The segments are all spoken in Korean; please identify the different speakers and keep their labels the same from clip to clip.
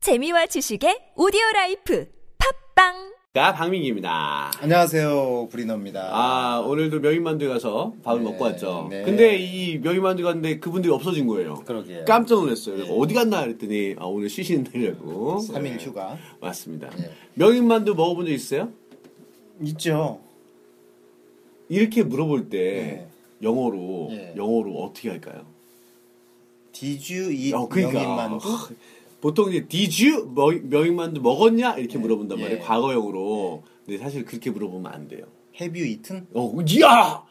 Speaker 1: 재미와 지식의 오디오 라이프 팝빵
Speaker 2: 가 박민기입니다.
Speaker 3: 안녕하세요 브리너입니다.
Speaker 2: 아 오늘도 명인만두 에 가서 밥을
Speaker 3: 네,
Speaker 2: 먹고 왔죠.
Speaker 3: 네.
Speaker 2: 근데 이 명인만두 갔는데 그분들이 없어진 거예요.
Speaker 3: 그러게요. 네.
Speaker 2: 깜짝 놀랐어요. 그래서 어디 갔나 그랬더니 아, 오늘 쉬시는 날이라고. 네.
Speaker 3: 3일 휴가
Speaker 2: 맞습니다.
Speaker 3: 네.
Speaker 2: 명인만두 먹어본 적 있어요?
Speaker 3: 있죠.
Speaker 2: 이렇게 물어볼 때
Speaker 3: 네.
Speaker 2: 영어로
Speaker 3: 네.
Speaker 2: 영어로 어떻게 할까요?
Speaker 3: Did you eat
Speaker 2: 어, 그러니까.
Speaker 3: 명인만두?
Speaker 2: 보통 이제 Did you 뭐, 명- 명인만두 먹었냐 이렇게 물어본단 말이에요.
Speaker 3: 예. 네.
Speaker 2: 과거형으로. 근데 사실 그렇게 물어보면 안 돼요.
Speaker 3: Have you eaten?
Speaker 2: 어, 야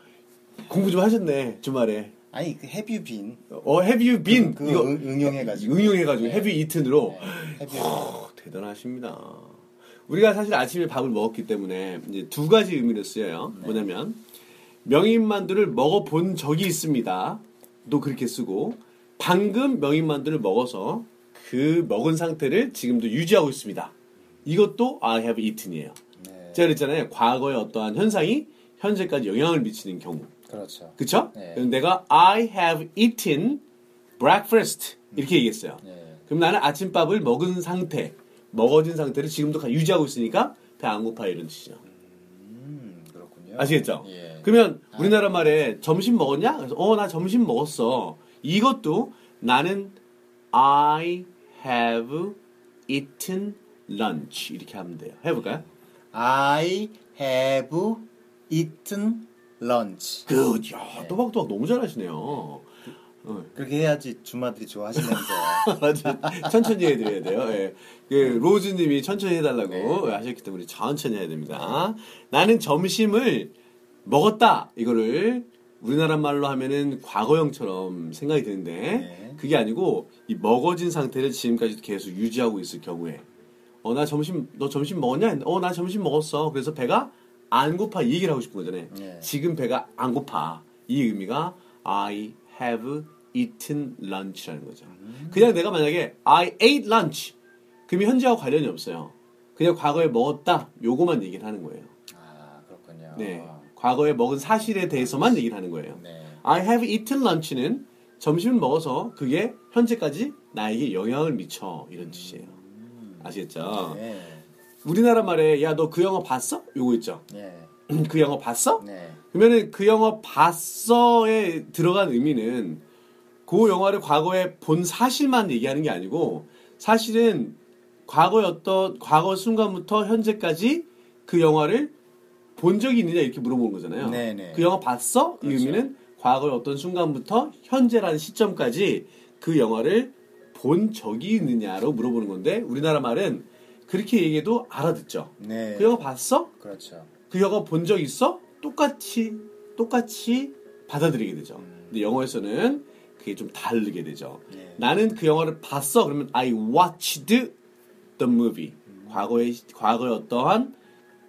Speaker 2: 공부 좀 하셨네 주말에.
Speaker 3: 아니 그 Have you been?
Speaker 2: 어, have you been?
Speaker 3: 그
Speaker 2: 이거
Speaker 3: 응용해가지고 네.
Speaker 2: 응용해가지고 헤비 이튼으로 어,
Speaker 3: Have you been?
Speaker 2: 대단하십니다. 우리가 사실 아침에 밥을 먹었기 때문에 이제 두 가지 의미로 쓰여요.
Speaker 3: 네.
Speaker 2: 뭐냐면 명인만두를 먹어본 적이 있습니다. 또 그렇게 쓰고 방금 명인만두를 먹어서 그 먹은 상태를 지금도 유지하고 있습니다. 이것도 I have eaten이에요.
Speaker 3: 네,
Speaker 2: 제가 그랬잖아요. 과거의 어떠한 현상이 현재까지 영향을 미치는 경우.
Speaker 3: 그렇죠.
Speaker 2: 그쵸?
Speaker 3: 네.
Speaker 2: 그럼 내가 I have eaten breakfast 이렇게 얘기했어요.
Speaker 3: 네.
Speaker 2: 그럼 나는 아침밥을 먹은 상태, 먹어진 상태를 지금도 가- 유지하고 있으니까 배 안 고파 이런 뜻이죠.
Speaker 3: 음 그렇군요.
Speaker 2: 아시겠죠?
Speaker 3: 예.
Speaker 2: 그러면 우리나라 말에 점심 먹었냐? 그래서 어 나 점심 먹었어. 이것도 나는 I have eaten lunch 이렇게 하면 돼요. 해볼까요?
Speaker 3: 아. I have eaten lunch.
Speaker 2: Good.
Speaker 3: 네.
Speaker 2: 야, 또박또박 너무 잘하시네요. 어.
Speaker 3: 그렇게 해야지 주마들이 좋아하시면서
Speaker 2: 맞아. 천천히 해드려야 돼요. 예. 그 로즈님이 천천히 해달라고 하셨기 때문에 천천히 해야 됩니다. 나는 점심을 먹었다. 이거를 우리나라 말로 하면은 과거형처럼 생각이 드는데
Speaker 3: 네.
Speaker 2: 그게 아니고 이 먹어진 상태를 지금까지 계속 유지하고 있을 경우에 어 나 점심 너 점심 먹었냐? 어 나 점심 먹었어. 그래서 배가 안 고파 이 얘기를 하고 싶은 거잖아요.
Speaker 3: 네.
Speaker 2: 지금 배가 안 고파 이 의미가 I have eaten lunch라는 거죠.
Speaker 3: 음.
Speaker 2: 그냥 내가 만약에 I ate lunch 그러면 현재와 관련이 없어요. 그냥 과거에 먹었다 요거만 얘기를 하는 거예요.
Speaker 3: 아 그렇군요.
Speaker 2: 네, 과거에 먹은 사실에 대해서만 얘기를 하는 거예요.
Speaker 3: 네.
Speaker 2: I have eaten lunch는 점심을 먹어서 그게 현재까지 나에게 영향을 미쳐 이런 뜻이에요. 아시겠죠?
Speaker 3: 음. 네.
Speaker 2: 우리나라 말에 야 너 그 영화 봤어? 요거 있죠.
Speaker 3: 네.
Speaker 2: 그 영화 봤어?
Speaker 3: 네.
Speaker 2: 그러면은 그 영화 봤어에 들어간 의미는 그 영화를 과거에 본 사실만 얘기하는 게 아니고 사실은 과거의 어떤 과거 순간부터 현재까지 그 영화를 본 적이 있느냐 이렇게 물어보는 거잖아요.
Speaker 3: 네네. 그렇죠.
Speaker 2: 그 영화 봤어? 이 의미는 과거의 어떤 순간부터 현재라는 시점까지 그 영화를 본 적이 있느냐로 물어보는 건데 우리나라 말은 그렇게 얘기해도 알아듣죠.
Speaker 3: 네.
Speaker 2: 그 영화 봤어?
Speaker 3: 그렇죠.
Speaker 2: 그 영화 본 적 있어? 똑같이 똑같이 받아들이게 되죠. 근데 영어에서는 그게 좀 다르게 되죠.
Speaker 3: 네.
Speaker 2: 나는 그 영화를 봤어. 그러면 I watched the movie. 과거의 과거의 어떠한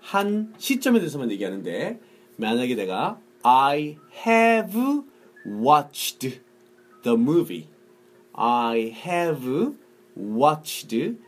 Speaker 2: 한 시점에 대해서만 얘기하는데 만약에 내가 I have watched the movie. I have watched the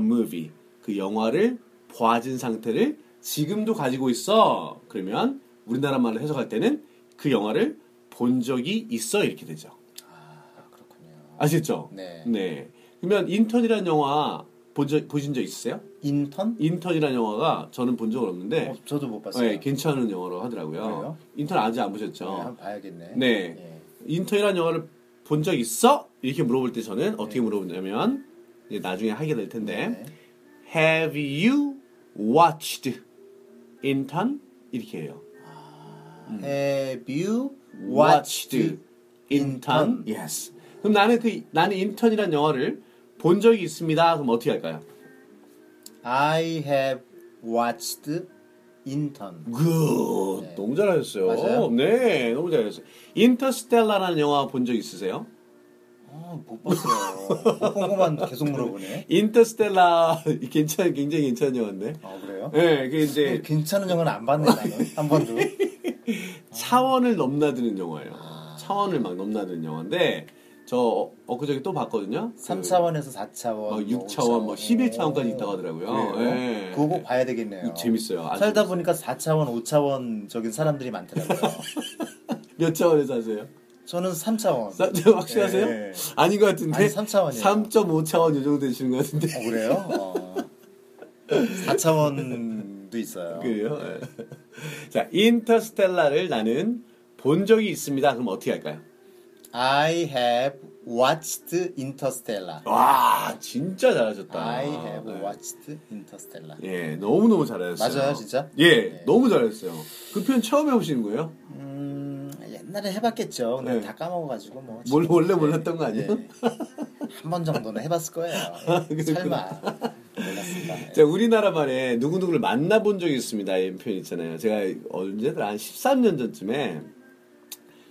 Speaker 2: movie. 그 영화를 보아진 상태를 지금도 가지고 있어. 그러면 우리나라 말로 해석할 때는 그 영화를 본 적이 있어 이렇게 되죠.
Speaker 3: 아, 그렇군요.
Speaker 2: 아시겠죠?
Speaker 3: 네.
Speaker 2: 그러면 인턴이라는 영화 본 적- 보신 적 있으세요?
Speaker 3: 인턴?
Speaker 2: 인턴이라는 영화가 저는 본 적은 없는데
Speaker 3: 어, 저도 못 봤어요.
Speaker 2: 네, 괜찮은 영화로 하더라고요.
Speaker 3: 그래요?
Speaker 2: 인턴 아직 안
Speaker 3: 네, 한번
Speaker 2: 보셨죠?
Speaker 3: 봐야겠네.
Speaker 2: 어. 네.
Speaker 3: 예.
Speaker 2: 인턴이라는 영화를 본 적 있어? 이렇게 물어볼 때 저는 어떻게 물어보냐면 이제 나중에 하게 될 텐데
Speaker 3: 네.
Speaker 2: Have you watched intern? 이렇게 해요.
Speaker 3: Have you
Speaker 2: 음. watched
Speaker 3: watched?
Speaker 2: intern? Yes. 그럼 나는 그 나는 인턴이라는 영화를 본 적이 있습니다. 그럼 어떻게 할까요?
Speaker 3: I have watched intern.
Speaker 2: 음. 굿. 너무 잘하셨어요.
Speaker 3: 네. 맞아요?
Speaker 2: 네, 너무 잘하셨어요. 인터스텔라라는 영화 본 적 있으세요?
Speaker 3: 아, 못 봤어요. 궁금한 계속 물어보네.
Speaker 2: 인터스텔라 괜찮 굉장히 괜찮은 영화인데.
Speaker 3: 아 그래요?
Speaker 2: 네, 그 이제
Speaker 3: 괜찮은 영화는 안 봤네 나는 한 번도.
Speaker 2: 차원을 넘나드는 영화예요. 차원을 막 넘나드는 영화인데 저 어, 엊그저께 또 봤거든요. 그
Speaker 3: 3차원에서 4차원, 네.
Speaker 2: 어, 6차원, 뭐 11차원까지 있다고 하더라고요. 예.
Speaker 3: 그거 꼭 봐야 되겠네요.
Speaker 2: 이거 재밌어요. 아주
Speaker 3: 살다 보니까 4차원, 5차원적인 사람들이 많더라고요.
Speaker 2: 몇 차원에서 하세요?
Speaker 3: 저는 3차원.
Speaker 2: 사- 저 확실하세요?
Speaker 3: 예, 예.
Speaker 2: 아닌 것 같은데.
Speaker 3: 아니, 삼 차원이에요.
Speaker 2: 3.5차원 요정 되시는 것 같은데.
Speaker 3: 어, 그래요? 어. 4차원도 있어요.
Speaker 2: 그래요? 네. 자, 인터스텔라를 나는 본 적이 있습니다. 그럼 어떻게 할까요?
Speaker 3: I have watched Interstellar.
Speaker 2: 와, 진짜 잘하셨다.
Speaker 3: I have watched Interstellar.
Speaker 2: 아, 네. 예, 너무너무 잘하셨어요.
Speaker 3: 맞아요, 진짜? 네.
Speaker 2: 예, 너무 잘했어요. 그 표현 처음 해보시는 거예요?
Speaker 3: 음, 옛날에 해봤겠죠. 근데
Speaker 2: 네.
Speaker 3: 다 까먹어가지고 뭐.
Speaker 2: 몰, 원래 몰랐던 거 아니에요?
Speaker 3: 네. 한번 정도는 해봤을 거예요.
Speaker 2: 아, 그렇구나.
Speaker 3: 설마. 몰랐습니다. 예.
Speaker 2: 자, 우리나라 말에 누구누구를 만나본 적이 있습니다. 이 표현 있잖아요. 제가 언제더라? 한 13년 전쯤에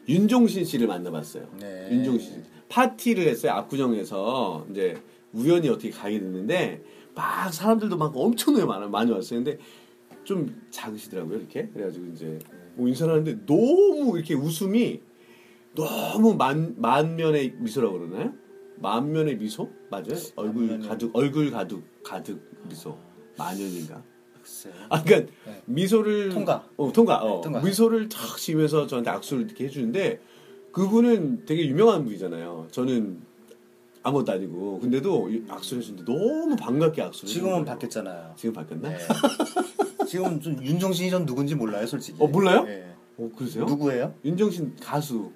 Speaker 2: 윤종신 씨를 만나봤어요.
Speaker 3: 네.
Speaker 2: 윤종신 씨. 파티를 했어요. 압구정에서. 이제 우연히 어떻게 가게 됐는데 막 사람들도 막 엄청나게 많아, 많이 왔어요. 근데 좀 작으시더라고요. 이렇게. 그래가지고 이제 뭐 인사를 하는데 너무 이렇게 웃음이 너무 만, 만면의 미소라고 그러나요? 만면의 미소? 맞아요? 얼굴
Speaker 3: 네, 만면의- 아.
Speaker 2: 가득, 얼굴 가득, 가득 미소. 만연인가?
Speaker 3: 글쎄요.
Speaker 2: 아, 그러니까
Speaker 3: 네.
Speaker 2: 미소를
Speaker 3: 통과.
Speaker 2: 어, 통과. 어.
Speaker 3: 네, 통과.
Speaker 2: 미소를 탁 지면서 저한테 악수를 이렇게 해주는데 그분은 되게 유명한 분이잖아요. 저는 아무것도 아니고 근데도 이 악수를 해주는데 너무 반갑게 악수를.
Speaker 3: 지금은
Speaker 2: 해주는 거예요.
Speaker 3: 바뀌었잖아요. 네.
Speaker 2: 지금 바뀌었나?
Speaker 3: 예. 지금 좀 윤종신이 전 누군지 몰라요, 솔직히.
Speaker 2: 어, 몰라요?
Speaker 3: 예.
Speaker 2: 어, 그러세요?
Speaker 3: 누구예요?
Speaker 2: 윤정신 가수.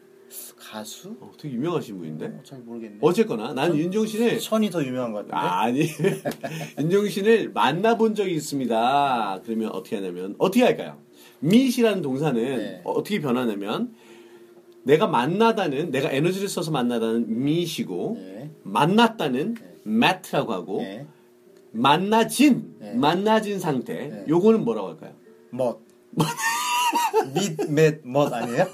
Speaker 3: 가수?
Speaker 2: 어, 되게 유명하신 분인데.
Speaker 3: 어, 잘 모르겠네.
Speaker 2: 어쨌거나 나는 윤정신을
Speaker 3: 천이 더 유명한 것 같은데.
Speaker 2: 아니 윤종신을 만나본 적이 있습니다. 그러면 어떻게 하냐면 어떻게 할까요? meet이라는 동사는
Speaker 3: 네.
Speaker 2: 어떻게 변하냐면 내가 만나다는 내가 에너지를 써서 만나다는 meet이고
Speaker 3: 네.
Speaker 2: 만났다는 met라고 하고
Speaker 3: 예.
Speaker 2: 만나진
Speaker 3: 네.
Speaker 2: 만나진 상태
Speaker 3: 네.
Speaker 2: 요거는 뭐라고 할까요?
Speaker 3: 멋. 밑, 맷, 멋 아니에요?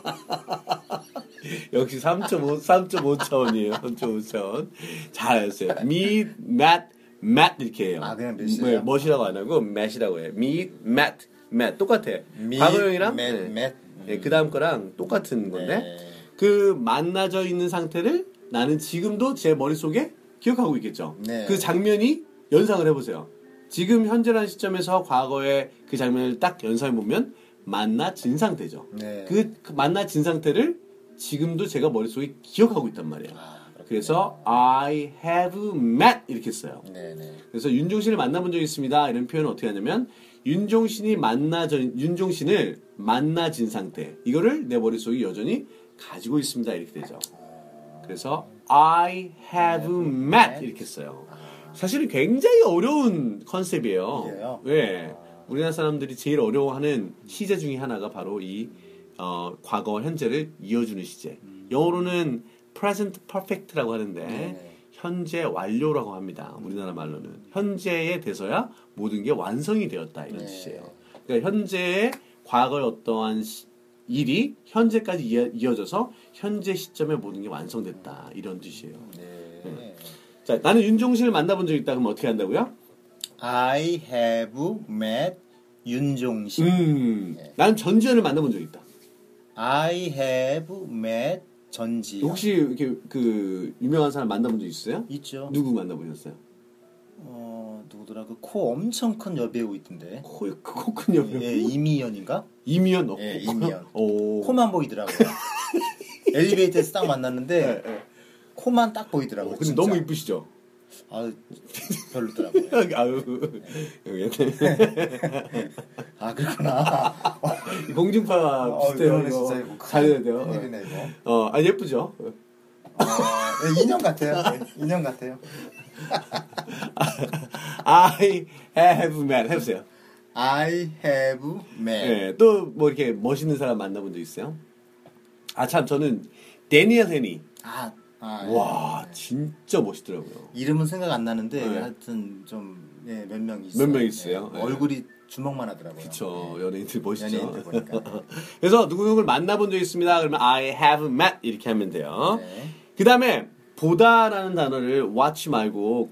Speaker 2: 역시 3.5 3.5차원이에요. 3.5차원 잘했어요. meet, met, met 이렇게 해요.
Speaker 3: 아, 그냥 met이에요?
Speaker 2: 네, 멋이라고 안 하고 met이라고 해요. meet, met, met 똑같아.
Speaker 3: meet,
Speaker 2: 과거형이랑
Speaker 3: met,
Speaker 2: 네.
Speaker 3: met.
Speaker 2: 네, 그다음 거랑 똑같은 건데
Speaker 3: 네.
Speaker 2: 그 만나져 있는 상태를 나는 지금도 제 머릿속에 기억하고 있겠죠.
Speaker 3: 네.
Speaker 2: 그 장면이 연상을 해보세요. 지금 현재라는 시점에서 과거의 그 장면을 딱 연상해 보면 만나진 상태죠.
Speaker 3: 네.
Speaker 2: 그, 그 만나진 상태를 지금도 제가 머릿속에 기억하고 있단 말이에요.
Speaker 3: 아, 그렇군요.
Speaker 2: 그래서 I have met 이렇게 써요.
Speaker 3: 음. 네네.
Speaker 2: 그래서 윤종신을 만나본 적이 있습니다. 이런 표현을 어떻게 하냐면 윤종신이 만나져 윤종신을 만나진 상태 이거를 내 머릿속에 여전히 가지고 있습니다. 이렇게 되죠. 그래서 I have met 이렇게 써요. 사실은 굉장히 어려운 컨셉이에요.
Speaker 3: 그래요?
Speaker 2: 예. 우리나라 사람들이 제일 어려워하는 시제 중에 하나가 바로 이 어, 과거 현재를 이어주는 시제. 영어로는 present perfect라고 하는데
Speaker 3: 네네.
Speaker 2: 현재 완료라고 합니다. 우리나라 말로는 현재에 돼서야 모든 게 완성이 되었다 이런
Speaker 3: 네.
Speaker 2: 뜻이에요. 그러니까 현재의 과거의 어떠한 시- 일이 현재까지 이어- 이어져서 현재 시점에 모든 게 완성됐다 이런 뜻이에요.
Speaker 3: 네.
Speaker 2: 자, 나는 윤종신을 만나본 적 있다. 그럼 어떻게 한다고요?
Speaker 3: I have met 윤종신.
Speaker 2: 음,
Speaker 3: 네.
Speaker 2: 나는 전지현을 만나본 적 있다.
Speaker 3: I have met 전지현.
Speaker 2: 혹시 이렇게 그 유명한 사람 만나본 적 있어요?
Speaker 3: 있죠?
Speaker 2: 누구 만나보셨어요?
Speaker 3: 어 누구더라 그 코 엄청 큰 여배우 있던데.
Speaker 2: 코, 코큰 여배우
Speaker 3: 예, 이미연인가?
Speaker 2: 이미연 넣고
Speaker 3: 예, 이미연.
Speaker 2: 오.
Speaker 3: 코만 보이더라고요. 엘리베이터에서 딱 만났는데 코만 딱 보이더라고요.
Speaker 2: 네, 어, 근데
Speaker 3: 진짜.
Speaker 2: 너무 이쁘시죠?
Speaker 3: 아 별로더라고요.
Speaker 2: 아유,
Speaker 3: 아 그렇구나.
Speaker 2: 공중파 비슷해요.
Speaker 3: 이거는
Speaker 2: 이거.
Speaker 3: 어, 진짜 이거 큰
Speaker 2: 잘해야 돼요.
Speaker 3: 큰일이네, 이거.
Speaker 2: 어, 아 예쁘죠?
Speaker 3: 아, 예, 인형 같아요. 예, 인형 같아요.
Speaker 2: I have met 해보세요.
Speaker 3: I have met.
Speaker 2: 예, 또 뭐 이렇게 멋있는 사람 만나본 적 있어요? 아 참 저는 데니엘 헤니.
Speaker 3: 아, 아 예.
Speaker 2: 와 진짜 멋있더라고요.
Speaker 3: 이름은 생각 안 나는데
Speaker 2: 네.
Speaker 3: 하여튼 좀몇명 있어요.
Speaker 2: 몇명 있어요?
Speaker 3: 예.
Speaker 2: 예.
Speaker 3: 얼굴이 주먹만 하더라고요.
Speaker 2: 그쵸 연예인들 멋있죠.
Speaker 3: 연예인들 보니까.
Speaker 2: 그래서 누구누구를 만나본 적 있습니다. 그러면 I have met 이렇게 하면 돼요.
Speaker 3: 네.
Speaker 2: 그 다음에 보다라는 단어를 watch 말고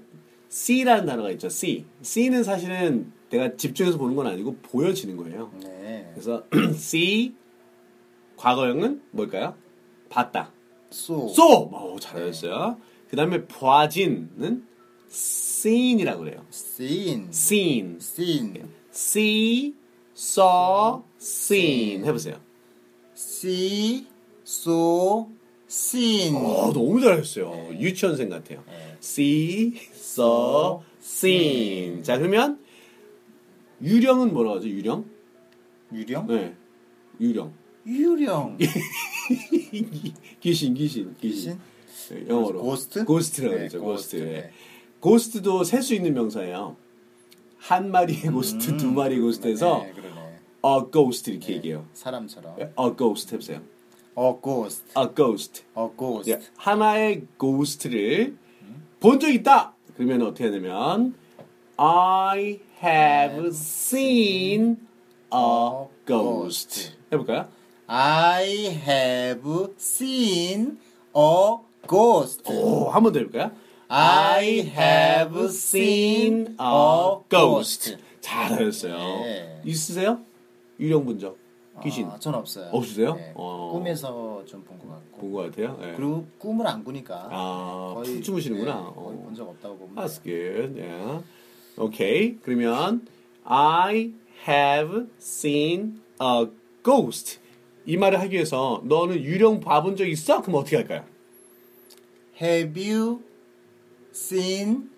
Speaker 2: see라는 단어가 있죠. see. see는 사실은 내가 집중해서 보는 건 아니고 보여지는 거예요.
Speaker 3: 네.
Speaker 2: 그래서 see 과거형은 뭘까요? 봤다.
Speaker 3: 소.
Speaker 2: so. 오, 잘하셨어요.
Speaker 3: 네.
Speaker 2: 그 다음에 보아진은 seen이라고 그래요.
Speaker 3: 씬.
Speaker 2: seen. 네.
Speaker 3: 씬.
Speaker 2: see, saw, seen 해보세요.
Speaker 3: 씨. 소. seen.
Speaker 2: 어, 너무 잘하셨어요. 유치원생 같아요.
Speaker 3: 네.
Speaker 2: see, saw, seen. 자, 그러면 유령은 뭐라고 하죠? 유령?
Speaker 3: 유령?
Speaker 2: 네. 예. 유령.
Speaker 3: 유령.
Speaker 2: 귀신, 귀신, 귀신.
Speaker 3: 귀신?
Speaker 2: 네, 영어로.
Speaker 3: 고스트?
Speaker 2: 고스트라고
Speaker 3: 네,
Speaker 2: 하죠. 고스트.
Speaker 3: 고스트,
Speaker 2: 네.
Speaker 3: 네.
Speaker 2: 고스트도 셀 수 있는 명사예요. 한 마리의 고스트, 두 마리의 고스트에서
Speaker 3: 네, 그러네.
Speaker 2: a ghost 이렇게 얘기해요. 네,
Speaker 3: 사람처럼.
Speaker 2: a ghost 해보세요.
Speaker 3: A ghost.
Speaker 2: a ghost.
Speaker 3: A ghost.
Speaker 2: 예, 하나의 고스트를 본 적 있다. 그러면 어떻게 되면 I have seen a ghost. 해볼까요?
Speaker 3: I have seen a ghost.
Speaker 2: 오, 한 번 더 해볼까요?
Speaker 3: I have seen a ghost.
Speaker 2: 잘하셨어요.
Speaker 3: 네.
Speaker 2: 있으세요? 유령 분적 귀신
Speaker 3: 아, 전 없어요.
Speaker 2: 없으세요?
Speaker 3: 네,
Speaker 2: 어.
Speaker 3: 꿈에서 좀 본 것 같고.
Speaker 2: 본 것 같아요. 예.
Speaker 3: 그리고 꿈을 안 꾸니까.
Speaker 2: 아,
Speaker 3: 거의,
Speaker 2: 푹 주무시는구나.
Speaker 3: 네, 거의
Speaker 2: 어.
Speaker 3: 본 적 없다고 보면.
Speaker 2: That's
Speaker 3: 돼요.
Speaker 2: good. Yeah. Okay. 그러면 I have seen a ghost. 이 말을 하기 위해서 너는 유령 봐본 적 있어? 그럼 어떻게 할까요?
Speaker 3: Have you seen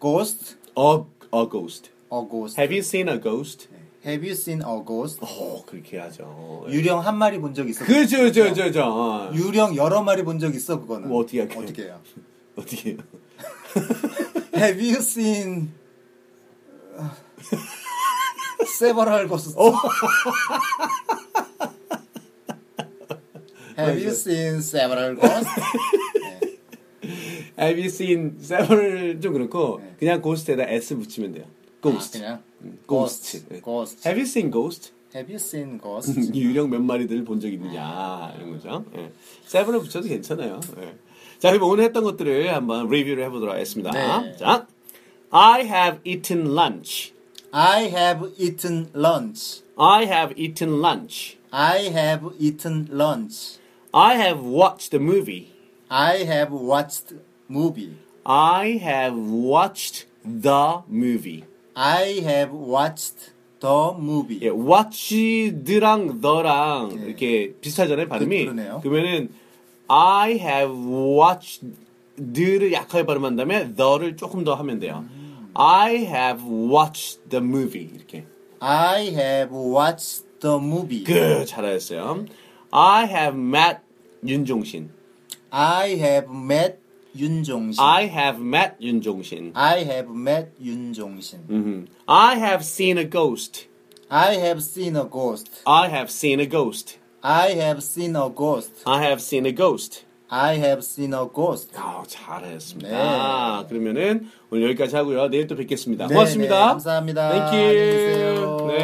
Speaker 3: ghost?
Speaker 2: A, a ghost.
Speaker 3: A ghost.
Speaker 2: Have you seen a ghost?
Speaker 3: Have you seen a ghost?
Speaker 2: 어 그렇게 하죠. 그렇죠,
Speaker 3: 유령 한 마리 본 적 있어?
Speaker 2: 그죠, 그죠, 그죠, 그죠. 어.
Speaker 3: 유령 여러 마리 본 적 있어 그거는.
Speaker 2: 뭐 어떻게 할까요?
Speaker 3: 어떻게 해요?
Speaker 2: 어떻게 해요?
Speaker 3: Have you seen uh, several ghosts?
Speaker 2: Oh.
Speaker 3: Have you seen several ghosts?
Speaker 2: Have you seen several 좀 그렇고 그냥 ghost에다 s 붙이면 돼요. Ghost.
Speaker 3: 네. 아, 그냥
Speaker 2: 음,
Speaker 3: ghost.
Speaker 2: ghost.
Speaker 3: ghost.
Speaker 2: Have you seen ghost?
Speaker 3: 네. Have you seen ghosts?
Speaker 2: 이 유령 몇 마리들을 본 적 있느냐 이런 거죠. 예. 세븐을 붙여도 괜찮아요. 예. 자 그럼 오늘 했던 것들을 한번 리뷰를 해보도록 하겠습니다.
Speaker 3: 네.
Speaker 2: 자, I have eaten lunch.
Speaker 3: I have eaten lunch.
Speaker 2: I have eaten lunch.
Speaker 3: I have eaten lunch.
Speaker 2: I have watched a movie.
Speaker 3: I have watched movie.
Speaker 2: I have watched the movie.
Speaker 3: I have watched the movie.
Speaker 2: 예, watched랑 the랑 이렇게 비슷하잖아요 발음이.
Speaker 3: 예. 그- 그러네요.
Speaker 2: 러면은 I have watched를 약하게 발음한 다음에 the를 조금 더 하면 돼요.
Speaker 3: 음.
Speaker 2: I have watched the movie 이렇게.
Speaker 3: I have watched the movie.
Speaker 2: 그 잘하셨어요. I have met 윤종신.
Speaker 3: I have met 윤종신.
Speaker 2: I
Speaker 3: I,
Speaker 2: have met 윤종신.
Speaker 3: have met 윤종신.
Speaker 2: 음. I have seen a ghost.
Speaker 3: I have seen a ghost.
Speaker 2: I have seen a ghost.
Speaker 3: I have seen a ghost.
Speaker 2: I have seen a ghost.
Speaker 3: I have seen a ghost.
Speaker 2: 아, 잘하셨습니다.
Speaker 3: 네.
Speaker 2: 아, 그러면은 오늘 여기까지 하고요. 내일 또 뵙겠습니다.
Speaker 3: 네,
Speaker 2: 고맙습니다.
Speaker 3: 네, 감사합니다.
Speaker 2: Thank you.
Speaker 3: 안녕히 계세요.
Speaker 2: 네.